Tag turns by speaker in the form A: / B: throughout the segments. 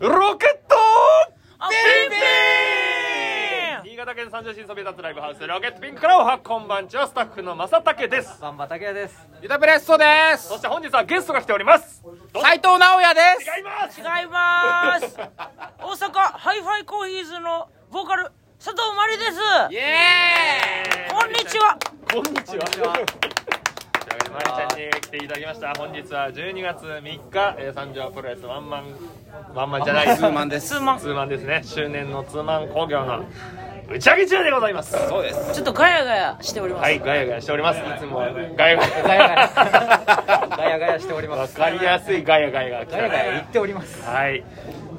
A: ロケット
B: あ
A: ピン
B: ピン
A: ピン新潟県三条市にそびえ立つライブハウスロケットピンクラウハこんばんちはスタッフの正竹です
C: バンバタケです。
D: ユタプレッソです
A: そして本日はゲストが来ておりますどう
D: 斉藤直也です
A: 違います
B: 違います大阪ハイファイコーヒーズのボーカル佐藤真理です
D: イエ
B: こんにちは
A: こんにちは
C: こんにちは
A: というわけでまりちゃんに来ていただきました本日は12月3日、えー、三条プロレスワンマンワンマンじゃない
D: ーイツーマンです
B: ツーマン
A: ツーマンですね周年のツーマン工業の打ち上げ中でございます
D: そうです
B: ちょっとガヤガヤしております、
A: はいガヤガヤしておりますいつもガヤガヤ
C: ガヤガヤ。ガヤガヤしておりま
A: わ
C: す。
A: かりやすいガヤガヤが来た
C: ガヤガヤ言っております。
A: はい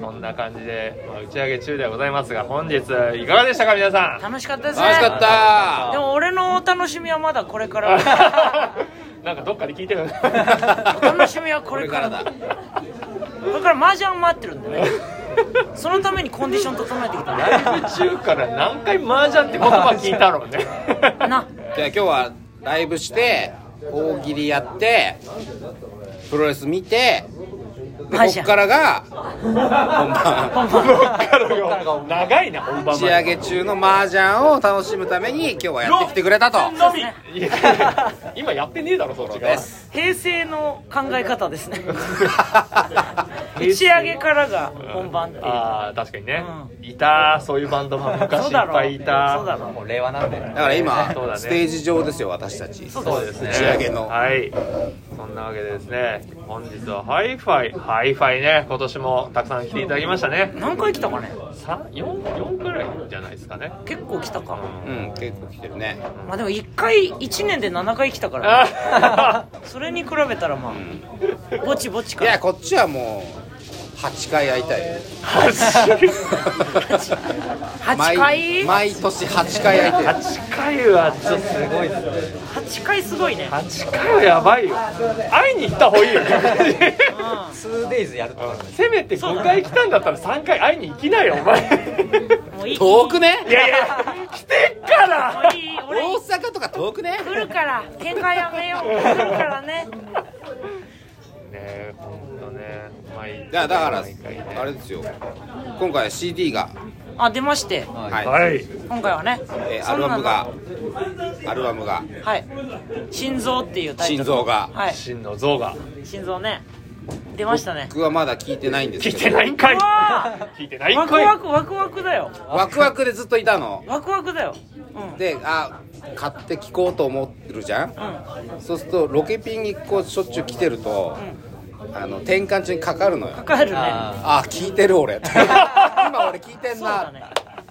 A: そんな感じで、まあ、打ち上げ中ではございますが本日いかがでしたか皆さん
B: 楽しかったですね
D: 楽しかった
B: でも俺のお楽しみはまだこれから
A: なんかどっかで聞いてる
B: お楽しみはこ
D: こ
B: れ
D: れか
B: から
D: ら
B: だ
D: だ
B: これから麻雀待ってるんでねそのためにコンディション整えてきたん
A: ラ
B: だ
A: イブ中から何回麻雀って言葉聞いたろうね
B: な
D: じゃあ今日はライブして大喜利やってプロレス見てで
B: マ
D: こ
B: ジ
D: っからが 本番
A: こっからが長いな本番まで
D: 打ち上げ中の麻雀を楽しむために今日はやってきてくれたと
A: のみいや今やってねえだろそっちが
D: です
B: 平成の考え方ですね打ち上げからが本番っていう
A: ああ確かにね、いたそういうバンドも昔い
B: そ
A: っ
B: うだろ
A: ぱいいた
B: そうだろ
C: もう令和なんで。
D: だから今
A: そうだね
D: ステージ上ですよ私たち
A: そうですね
D: 打ち上げの
A: はいそんなわけでですね本日はハイファイハイファイね今年もたくさん来ていただきましたね
B: 何回来たかね
A: 三四四くらいじゃないですか ね
B: 結構来たか
D: うん結構来てるね
B: まあでも1回1年で7回来たからね
A: あ
B: それに比べたらまあぼちぼち
D: い
B: か
D: やこっちはもう8回会いたいよ
B: 8回
D: 毎毎年8回会いたい
A: 8回はちょっとすごい
B: 8回すごいね
A: 8回はやばいよ会いに行った方がいい よ
C: 2 days やるってことね。
A: せめて5回来たんだったら3回会いに行きなよお前
B: もういい
D: 遠くね
A: いやいや来てっから
B: もういい俺
D: 大阪とか遠くね
B: 来るから喧嘩やめよう来るからね
A: ねえほんとね毎
D: いやだから
A: 毎回ね
D: あれですよ今回 CD が
B: あ出まして
D: はい、
A: はい
B: 今回はね
D: えー
B: そ
D: ア
B: んな
D: ルバ
B: の
D: ムがアルバムが
B: はい心臓っていうタイトル
D: 心臓が
B: はい
A: 真の像が
B: 心臓ね出ましたね
D: 僕はまだ聞いてないんです
A: 聞
D: け
A: い
D: ど
A: てないんかい聞いてないん
B: ワク
A: かい
B: ワクワクワクだよ
D: ワクワクでずっといたの
B: ワクワクだようん
D: であ買って聞こうと思ってるじゃん
B: うん
D: そうするとロケピンにこうしょっちゅう来てると、あの転換中にかかるのよ
B: 帰るね
C: あ
D: あ聞いてる 俺今俺聞いてん
B: そうだ
D: な、
B: ね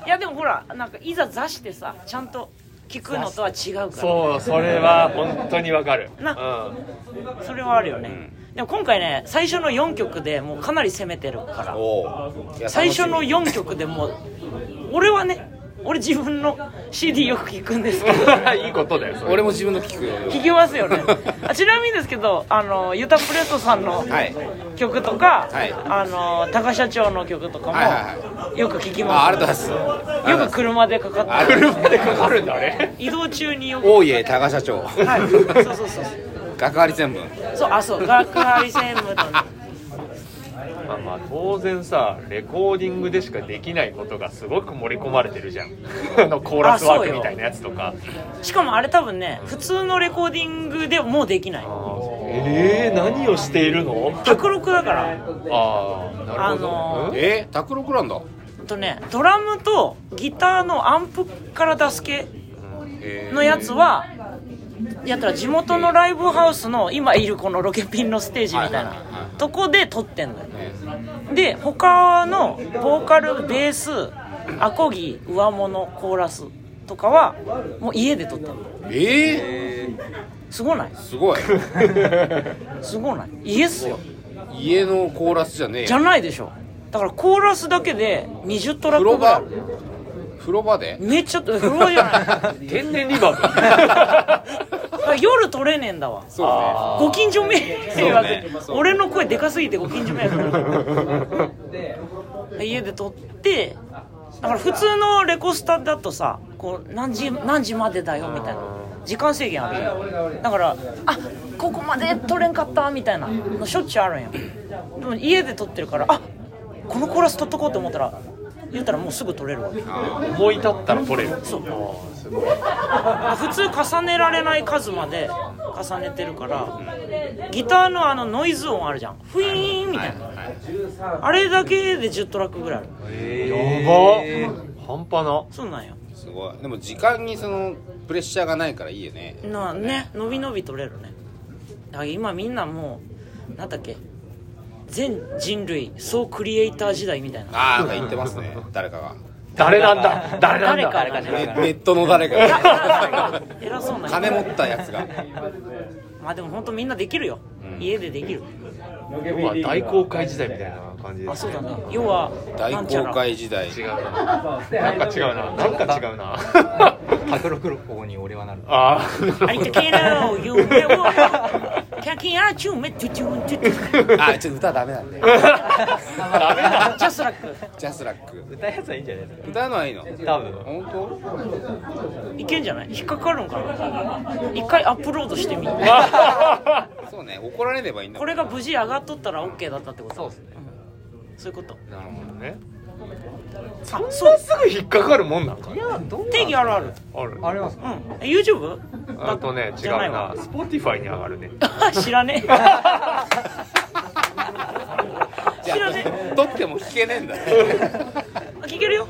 B: いやでもほらなんかいざ座してさちゃんと聞くのとは違うか
A: そうそれは本当にわかる
B: な
A: うん
B: らそれはあるよねでも今回ね最初の4曲でもうかなり攻めてるから
D: おういや
B: 最初の
D: 楽し
B: 4曲でもう俺はね俺自分の CD よく聞くんです けど
A: いいことだよそ
D: み
A: れ
D: 俺も自分の聞くよ
B: 聞きますよねあちなみにですけどあのユタプレットさんの
D: はい
B: 曲とか、
D: はい
B: あの高社長の曲とかも、
D: はいはい
B: よく聞き
D: ああ
B: ま
D: り
B: す
D: がとうございますありがとうござい
B: よ
D: ま
B: く
D: す
B: 車でかか
D: あ
B: っ
D: りがとうございます
A: 車でかかるんだあれ
B: て移動中によく
D: 大家多賀社長
B: はいそうそうそう
D: 学割専務
B: そうあそう学割専務とね
A: まあまあ当然さレコーディングでしかできないことがすごく盛り込まれてるじゃん あのコーラスワークみたいなやつとか
B: しかもあれ多分ね普通のレコーディングでもうできない
A: えー、何をしているの
B: 卓録だから
A: ああなるほ
B: あの
A: ど、え
D: え拓郎なんだ
B: ほんとねドラムとギターのアンプから出す系
D: えー
B: のやつはやったら地元のライブハウスの今いるこのロケピンのステージみたいな
D: はいはいは
B: とこで撮ってんのよで他のボーカルベースアコギ上物コーラスとかはもう家で撮ってんの
D: え
B: すごない
D: ー、すごい
B: すごない家っすよ
D: 家のコーラスじゃねえ
B: じゃ
D: よ
B: ないでしょだからコーラスだけで20トラック
D: 風呂
B: ぐらいあ
D: 場
B: る
D: 風呂場で
B: めっちゃ風呂場じゃ
A: 天然リバーブ
B: ない夜撮れねえんだわ
D: そうね
B: ご近所迷惑、
D: そうね
B: 俺の声でかすぎてご近所迷惑なの家で撮ってだから普通のレコスタだとさこう何時何時までだよみたいな時間制限あるよだからあここまで撮れんかったみたいなのしょっちゅうあるんよでも家で撮ってるからあこのコーラス取っとこうと思ったら言ったらもうすぐ取れるわけ
A: 思い立ったら取れる
B: そう
A: ああすごい
B: 普通重ねられない数まで重ねてるからギターのあのノイズ音あるじゃんフイーンみたいなあれだけで10トラックぐらいある
A: やば半端な
B: そうなんよ
D: すごいでも時間にそのプレッシャーがないからいいよね
B: なあね伸び伸び取れるねだから今みんなもうなんだっけ全人類総クリエイター時代みたいな
D: ああ言ってますね誰かが
A: 誰なんだ誰なん
B: 誰
A: だ
B: かが
D: ネ
B: ね
D: ネットの誰かが
B: 偉そうな人
D: 金持ったやつが
B: まあでも本当みんなできるよ、家でできる
A: 要は大航海時代みたいな感じで
B: あ
A: す
B: そう
A: ね
B: だね要は
D: 大
B: なんちゃ
D: 航
B: ら
D: 海時代
A: 違うななんか違うななんか違うな
C: 白六方に俺はなる
A: ああなる
B: あり
A: ほ
B: て
A: ど
B: けなお夢をキャキャチュメチュチュンチュチュ
D: あちょっと歌ダメなんで
A: ダメだ
B: ジャスラック
D: ジャスラック
C: 歌うやつはいいんじゃないです
D: 歌うのはいいの
C: か多分
D: 本当
B: いけんじゃない引っかかるんかな一回アップロードしてみる
D: そうね怒られればいいんだ
B: これが無事上がっとったら OK だったってこと
C: そうですね
B: うんそういうこと
A: なるほどね
B: あそう
A: すぐ引っかかるもんなんかね
B: 定義あるある
A: ある
C: あります
B: うんえ YouTube?
A: あとね違
B: じ
A: う
B: ゃない
A: な
B: わ
A: Spotify に上がるね
B: 知ら ねえ
D: じゃ
B: 知らねえ
D: あ撮っても聞けねえんだ 聞
B: 聞けるよ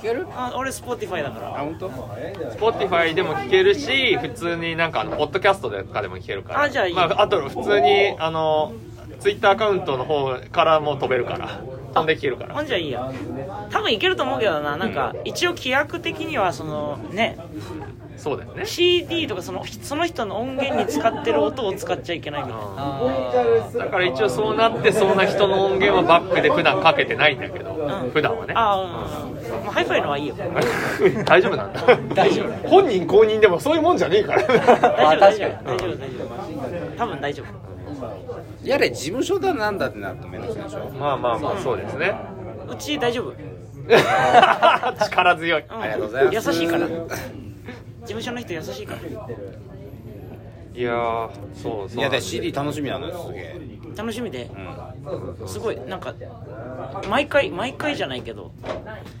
D: ける
B: あ俺 Spotify だから
D: あ本当
A: Spotify でも聴けるし普通になんかあのポッドキャストとかでも聴けるから
B: あじゃあいい
A: まあ、あと普通にあの Twitter アカウントの方からも飛べるから飛んで聴けるから
B: ほんじゃいいや多分いけると思うけどななんか一応規約的にはそのね
A: そうだよね
B: CD とかそのその人の音源に使ってる音を使っちゃいけないみたいな
A: だから一応そうなってそうな人の音源はバックで普段かけてないんだけど、
B: ん
A: 普段はね
B: あーうん、まあ、ハイファイのはいいよ
A: 大丈夫なんだ大丈夫本人公認でもそういうもんじゃねえから
B: 大丈夫大丈
C: あ
B: 夫大丈夫大丈夫多分大丈夫
D: やれ事務所だなんだってなるとめんどくさいでしょ
A: まあまあまあそうです ね
B: うち大丈夫、うん、
A: 力強い
D: ありがとうございます
B: 優しい から事務所の人優しいから
A: いやーそうそう
D: いやで CD 楽しみなのよすげえ
B: 楽しみで
D: うん
B: すごいなんか毎回毎回じゃないけど、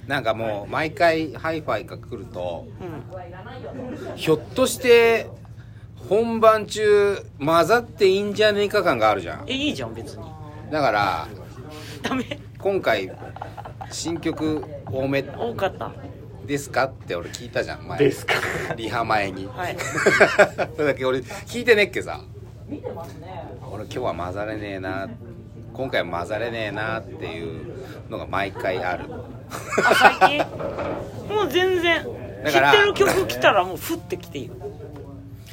D: なんかもう毎回ハイファイが来ると
B: うん、
D: ひょっとして本番中混ざっていいんじゃねえか感があるじゃん
B: えいいじゃん別に
D: だから
B: ダメ
D: 今回新曲多め
B: 多かった
D: ですかって俺聞いたじゃん前
A: ですか
D: リハ前に、
B: はい
D: それだけ俺聞いてねっけさ俺今日は混ざれねえな今回は混ざれねえなっていうのが毎回ある
B: あ最近もう全然
D: だ
B: 知
D: から
B: ってる曲来たらもうふってきていいよ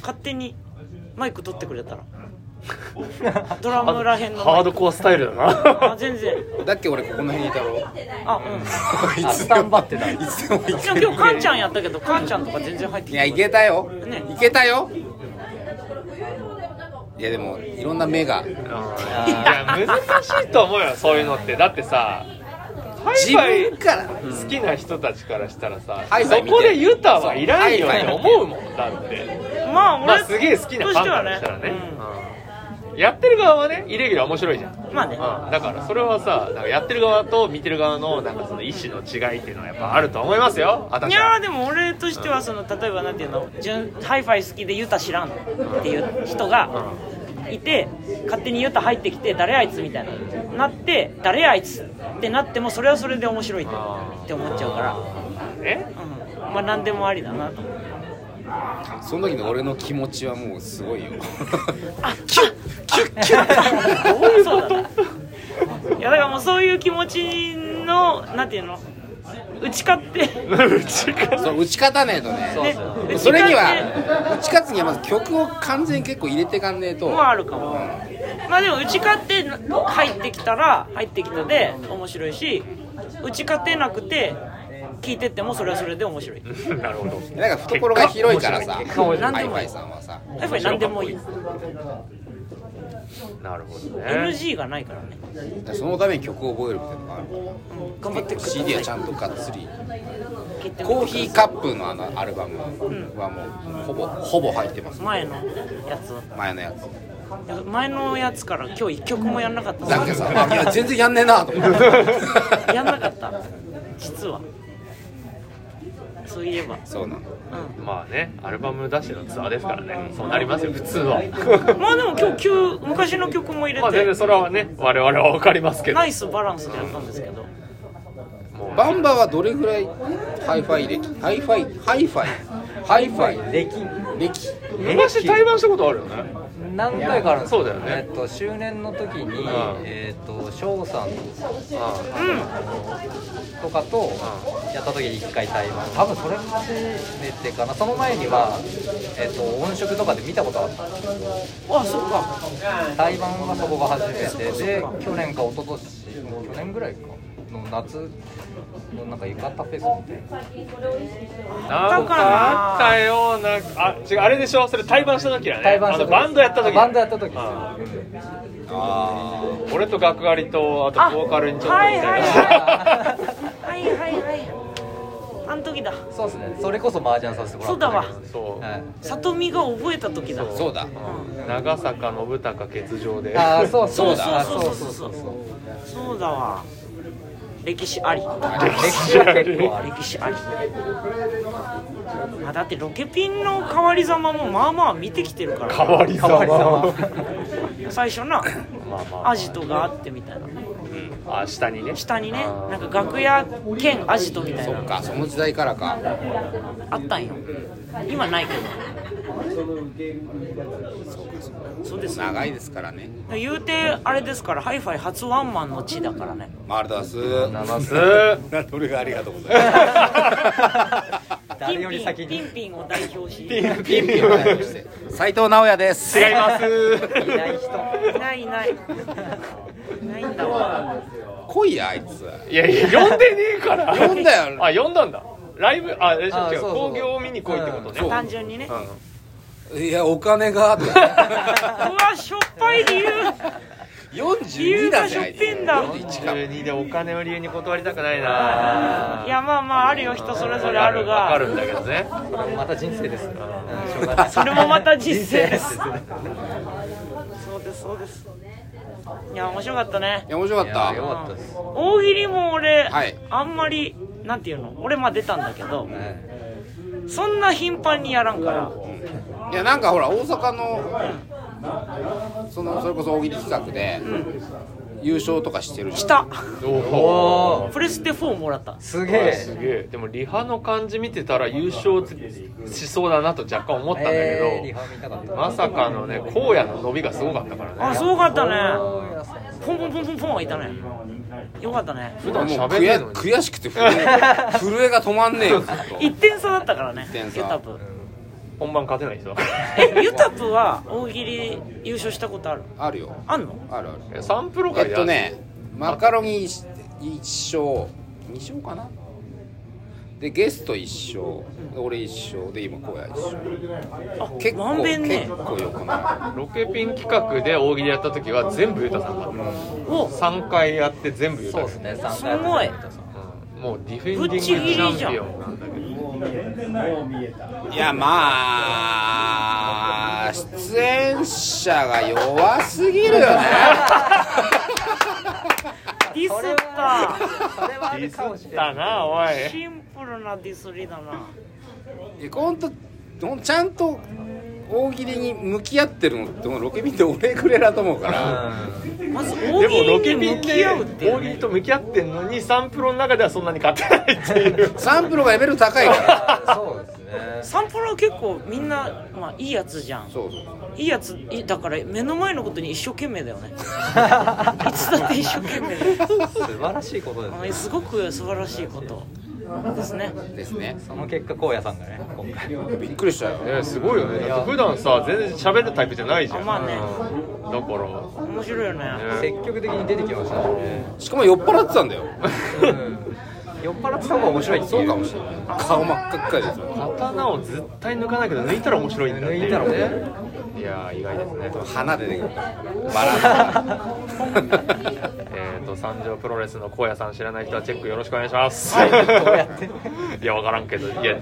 B: 勝手にマイク取ってくれたらドラムらへんの
A: ハ
B: マ
A: ー
B: イク
A: ドコアスタイルだな
B: あ全然
D: だっけ俺ここの辺にいたろい
B: あうん
D: つ
C: ス
D: で
C: タン
D: も
C: バってた
D: いつでもい
B: でも今日カンちゃんやったけどカンちゃんとか全然入ってき
D: い
B: て
D: やいけたよ、
B: ね
D: いけたよいやでもいろんな目が
A: いや難しいと思うよそういうのってだってさハイ
D: 自
A: ファイ
D: 分から
A: 好きな人たちからしたらさ、
D: ハイフ
A: そ
D: ァイ見て
A: こでユタはいらんよ
D: そう
A: って思うもんだって
B: まあ
A: ま
B: 俺
A: あ
B: と
A: すげえ好きなファンからしたらね
B: しては
A: うんやってる側はねイレギュラー面白いじゃん、
B: うんまあね
A: うんだからそれはさなんかやってる側と見てる側のなんかその意思の違いっていうのはやっぱあると思いますよ私はい
B: やーでも俺としてはその例えばなんていうの純ハイファイ好きでユタ知らんっていう人がいて勝手にユタ入ってきて誰あいつみたいななって誰あいつってなってもそれはそれで面白いって思っちゃうか
A: ね
B: ら、うん、まあ何でもありだな と思う
D: その時の俺の気持ちはもうすごいよ
B: あキュッキュッキュッどういうこといやだからもうそういう気持ちのなんていうの打ち勝って
A: うちから
D: そう打ち勝たねえとね
B: ね
D: そ
B: 打ち勝って
D: れには打ち勝つにはまず曲を完全に結構入れてかんねえと
B: もあるかもまあでも打ち勝って入ってきたら入ってきたで面白いし打ち勝てなくて聞いてってもそれはそれで面白い
A: なるほど
D: なんか懐が広いからさハイ
A: 結果
D: フ
A: 面白い
D: ァイさんはさ
B: やっぱり何でもいい
A: なるほどね
B: NG がないからね、
D: そのために曲を覚えるみたいなのがある
B: うん、頑張ってください
D: CD はちゃんとがっつり
B: 聞いてみてください
D: コーヒーカップのあのアルバムはもうほぼほぼ入ってます
B: 前のやつ
D: 前のやつ
B: いや前のやつから今日一曲もやんなかった
D: なんかさあいや全然やんねえなと思って
B: やんなかった実はそういえば
D: そうなの
B: う
A: まあねアルバム出してのツアーですからねそうなりますよ普通 は
B: んまあでも今日旧昔の曲も入れ
A: まあ全
B: て
A: 然それはね我々は分かりますけど
B: ナイスバランスでやったんですけど
A: もう
D: バンバはどれぐらいハイファイ歴ハイファイハイファイハイファイ
C: 歴
D: 歴
A: 昔対バンしたことあるよね
C: 何回かあるんです
A: そうだよね
C: えっと周年の時に
A: うん
C: えっと翔さん
A: ああ
B: う
C: とかとやった時に一回対話多分それ初めてかなその前にはえっと音色とかで見たことあっ
B: ん
C: た
B: あそっか
C: 台湾はそこが初めてで去年か一昨年もう去年ぐらいかの夏のなんか浴衣フェスみたいな
A: なんかあったようなあ違うあれでしょそれ対バンした時だね
C: 対バンした
A: あ
C: 時
A: のバンドやった時
C: バンドやった時
A: あ
C: ですようん
D: あー
A: 俺と学ありとあ
B: あ
A: とボーカルにちょっと
B: はいは
A: たい
B: い
A: な
B: はいはいはいはいあの時だ
C: そうですねそれこそ麻雀させてもらった
B: そ
A: だ
B: う
A: わ
C: はい
B: 里美が覚えた時だ
D: そうだ
A: 長坂信孝欠場で
C: ああそう
B: そ
C: そううだ
B: そうそうそうそうそうだわ歴史あり
C: 歴史は結構ある
B: 歴史ありまあだってロケピンの変わりざまもまあまあ見てきてるから
A: 変わり様
C: 変わり
B: 最初な
A: まあまあ
B: アジトがあってみたいな
A: あ下 にね
B: 下にね
A: あー
B: なんか楽屋兼アジトみたい
D: そ
B: な
D: っ
B: の
D: かその時代からか
B: あったんよ今ないけどそうですよ
D: 長いですからね
B: 言うてあれですからハイファイ初ワンマンの地だからね
D: マルダス
A: す
D: どれがありがとうございま
C: 誰より先
B: ピ
C: に
B: ンピンピンピンを代表しい
D: すピンピンを代表して斉藤直也です
A: 違います
C: いない人
B: ないいないないんだわ
D: 来いやあいつ
A: いやいや呼んでねえから
D: 呼んだよ
A: あ呼んだんだライブああれでしょ
C: あ
A: 違う
C: そうそう
A: 興行を見に来いってことね
D: うん
B: 単純にね
A: うん
D: いやお金がって
B: うわしょっぱい理由
D: 42なんじゃない
B: 理由がしょっぺんだ
D: 41か
A: 42でお金を理由に断りたくないない
B: やまあまああるよ人それぞれあるが
A: わかるんだけどね
C: また人生ですねうんしょうがない
B: それもまた人生です
C: 人生
B: そうですそうですいや面白かったね
D: いや面白かっ
C: いやよ
D: た
C: かったです
B: 大喜利も俺、
D: はい
B: あんまりなんていうの俺まあ出たんだけど
C: はい
B: そんな頻繁にやらんから
D: いやなんかほら大阪のそのそれこそ大喜利企画で優勝とかしてるじゃん
B: した
A: お
C: お
A: お
C: ー
B: プレステ4もらった
C: すげ
A: す
C: え
A: げえでもリハの感じ見てたら優勝しそうだなと若干思ったんだ
C: えー
A: け
C: リハ見たかった
A: どまさかのね荒野の伸びがすごかったからね
B: あすごかった
C: そう
B: ね
C: いうやつね
B: ポンポンポンポンポンいたねよかったね
A: 普
D: もう
A: 段喋ん
D: 悔
A: ねえ
D: や
A: のに
D: 悔しくて震え震えが止まんねえよずっと
B: 1点差だったからね
D: 一点差
B: ユタプ
A: 本番勝てないですよ
B: えユタプは大喜利優勝したことある
D: あるよ
B: あんの
D: あるある
A: えサンプロ
D: え
A: 会
D: っ
A: で
D: とねマカロニ一勝二勝かなでゲスト一勝で俺一勝で今荒野一勝
B: あ
D: 結構
B: まんべんね
D: 結構よくな
A: ロケピン企画で大喜利やった時は全部ユタさんだ
B: お
A: 3回やって全部ユ
C: そう
A: タ
C: で
A: さ
C: す
A: ん
C: ね3回
B: すごい
A: うんもうディフェンディングチャンピオンなんだけど
D: いいやまあ出演者が弱すぎ るよね
B: ディスった
C: それはあ
A: ディ
C: るかもし
A: スっ
C: れない
A: たなおい
B: シンプルなディスりだない
D: やほんとほんとちゃんと大喜利に向き合ってるのってロケ見て俺ぐらいだと思 うから
B: まず
A: で
B: 大
A: もロ
B: 喜
A: ケピ
B: 利に
A: ン
B: 向
A: で
B: き合うっていう
A: 大喜利と向き合ってんのにサンプロの中ではそんなに勝てないっていう
D: サンプルがレベル高いから
C: そうですね
B: サンプロは結構みんな、まあ、いいやつじゃん
D: そうそう
B: いいやついいだから目の前のことに一生懸命だよねいつだって一生懸命だよ
C: 素晴らしいことです
B: あすごく素晴らしいことですね
D: ですね
C: その結果荒野さんがね今回
D: びっくりしたよ
A: ねすごいよねだって普段さ全然喋るタイプじゃないじゃん
B: あまあね
A: うんだから
B: 面白いよね
A: ね
C: 積極的に出てきましたね
D: しかも酔っ払ってたんだよ
C: うん酔っ払ってた方が面白いって
D: そう
C: い
D: か
C: う
D: もしれない顔真っ赤っかですよ
A: 刀を絶対抜かないけど抜いたら面白いんだっていうね
C: 抜いたら面
A: いやー意外ですね
D: 鼻出てくるバラン
A: ええっ、と三条プロレスの高野さん知らない人はチェックよろしくお願いします。
B: はいどうやって
A: いやわからんけどいや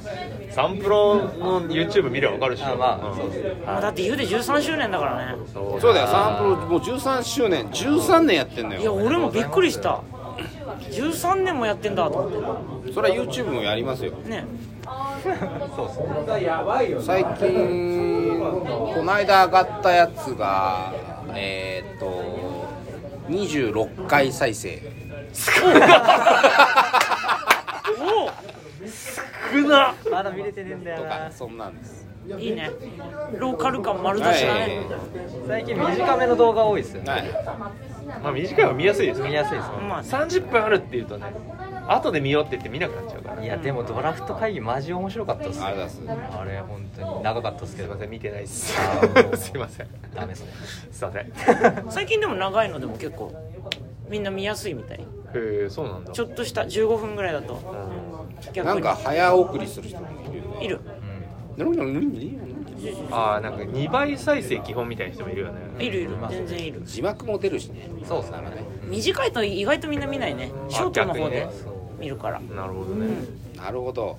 A: サンプロの YouTube 見ればわかるでしょ。
C: あまあそうです
A: ん
B: だって言うて13周年だからね
A: そう
D: そうだよサンプロもう13周年13年やってんの
B: いや
D: よ
B: 俺もびっくりした13年もやってんだと思っ
D: それは YouTube もやりますよ
B: てね
C: そうですね
D: 最近この間上がったやつがえーっと26回再生
B: おお少な
C: まだ見れてねえんだ
D: と
C: よ
D: か
C: な
D: そんなんです
B: いいねローカル感丸出しだね、
C: 最近短めの動画多いですよね
D: はい
A: まあ短いは見やすいですよ
C: 見やすいですね
B: まあ
A: 30分あるっていうとね後で見ようって言って見なくなっちゃうから
C: いやでもドラフト会議マジ面白かったっす
D: ありが
C: ね
D: とうございま
C: あれ本当に長かったっすけ
A: すい
C: ど
A: ません見てないっす
C: あー
A: すいません
C: ダメっすね
A: すいませんへ
B: 最近でも長いのでも結構みんな見やすいみたい
A: えそうなんだ
B: ちょっとした15分ぐらいだと
A: うん
B: 逆
D: す
B: に
D: なんか早送りする人もいるよ
B: いる
A: ああなんか2倍再生基本みたいな人もいるよね
B: いるいる全然いる
D: 字幕も出るしね
C: そうっすね
B: 短いと意外とみんな見ないねショートの方で見るから、
A: なるほどね
D: なるほど、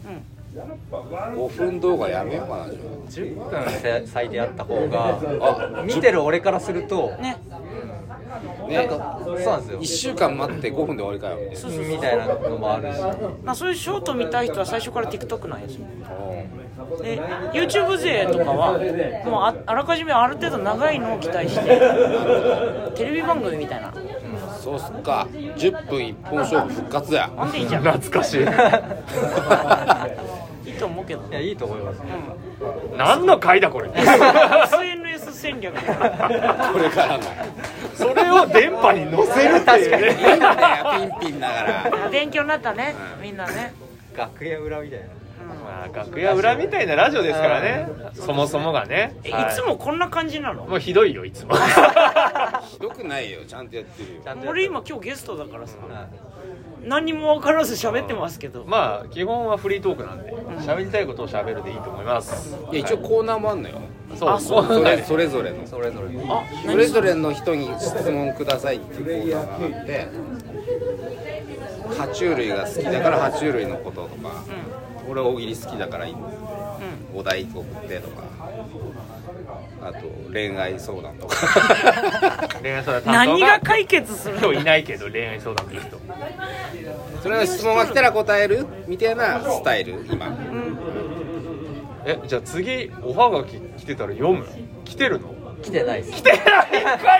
D: 5分動画やめようかなじゃ
C: 10分せ最低あった方が
D: あ
C: 見てる俺からすると
B: ね
D: あ
C: なん
D: ね
C: かそうなんですよ
D: 1週間待って5分で終わりかよみたい
B: そうそうそう
C: みたいなのもあるし
B: まあ、そういうショート見たい人は最初から TikTok なんですよ
D: なうん
B: で YouTube 勢とかはもうああらかじめある程度長いのを期待してテレビ番組みたいな
D: そうっすか10分一本勝負復活だよ
B: ほんでいいじゃん
A: 懐かしい
B: いいと思うけど
C: いやいいと思います
A: 何の回だこれ
B: SNS 戦略
D: これからの
A: それを電波に載せるっていう
D: いいん
A: ね
D: だよピンピンだから
B: 勉強になったねみんなね
C: 楽屋裏みたいな
A: まあ楽屋裏みたいなラジオですからねそもそもがね
B: えい
A: は
B: つもこんな感じなの
A: もうひどいよいつも
D: ひどくないよちゃんとやってるよ
C: ちゃんとや
B: 俺今今日ゲストだからさ
C: はい
B: 何にも分からず喋ってますけど
A: まあ基本はフリートークなんで喋りたいことを喋るでいいと思います
D: いや一応コーナーもあんのよ
A: そう
B: あそう
A: そ
D: そうれそれぞれの
C: それぞれに
B: あ
D: それぞれの人に質問くださいっていうコーナーがあって爬虫類が好きだから爬虫類のこととか、俺は大喜利好きだからいいお題送ってとかあと恋愛相談とか
A: 恋愛相談担当
B: 何が解決する
A: 今
B: の
A: 日いないけど恋愛相談の人
D: それは質問が来たら答えるみたいなスタイル今
A: えじゃあ次おはがき来てたら読む来てるの
C: 来てないっす
A: 来てないか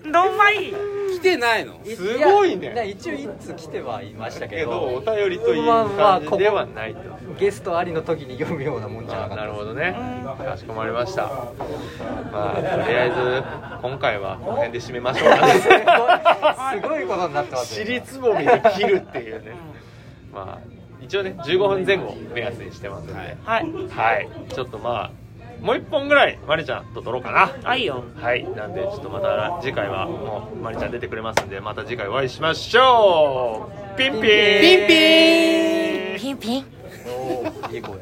A: い
B: どんまい
D: 来てないの
A: すごいね
C: や一応いつ来てはいましたけ
A: けどお
C: ど
A: 便りという感じではないと
C: ゲストありの時に読むようなもんじゃな
A: あ
C: か
A: な
C: っ
A: るほどねかしこまりましたまあとりあえず今回はこの辺で締めましょうかね
C: た すごいすごいことになってますよ
A: 尻つぼみで切るっていうねまあ一応ね15分前後目安にしてますんではい、
B: はい
A: ちょっとまあもう一本ぐらいまりちゃんと撮ろうかな
B: はいよ
A: はい、なんでちょっとまた次回はもうまりちゃん出てくれますんでまた次回お会いしましょうピンピン
D: ピンピン
B: ピンピン
C: おーいい声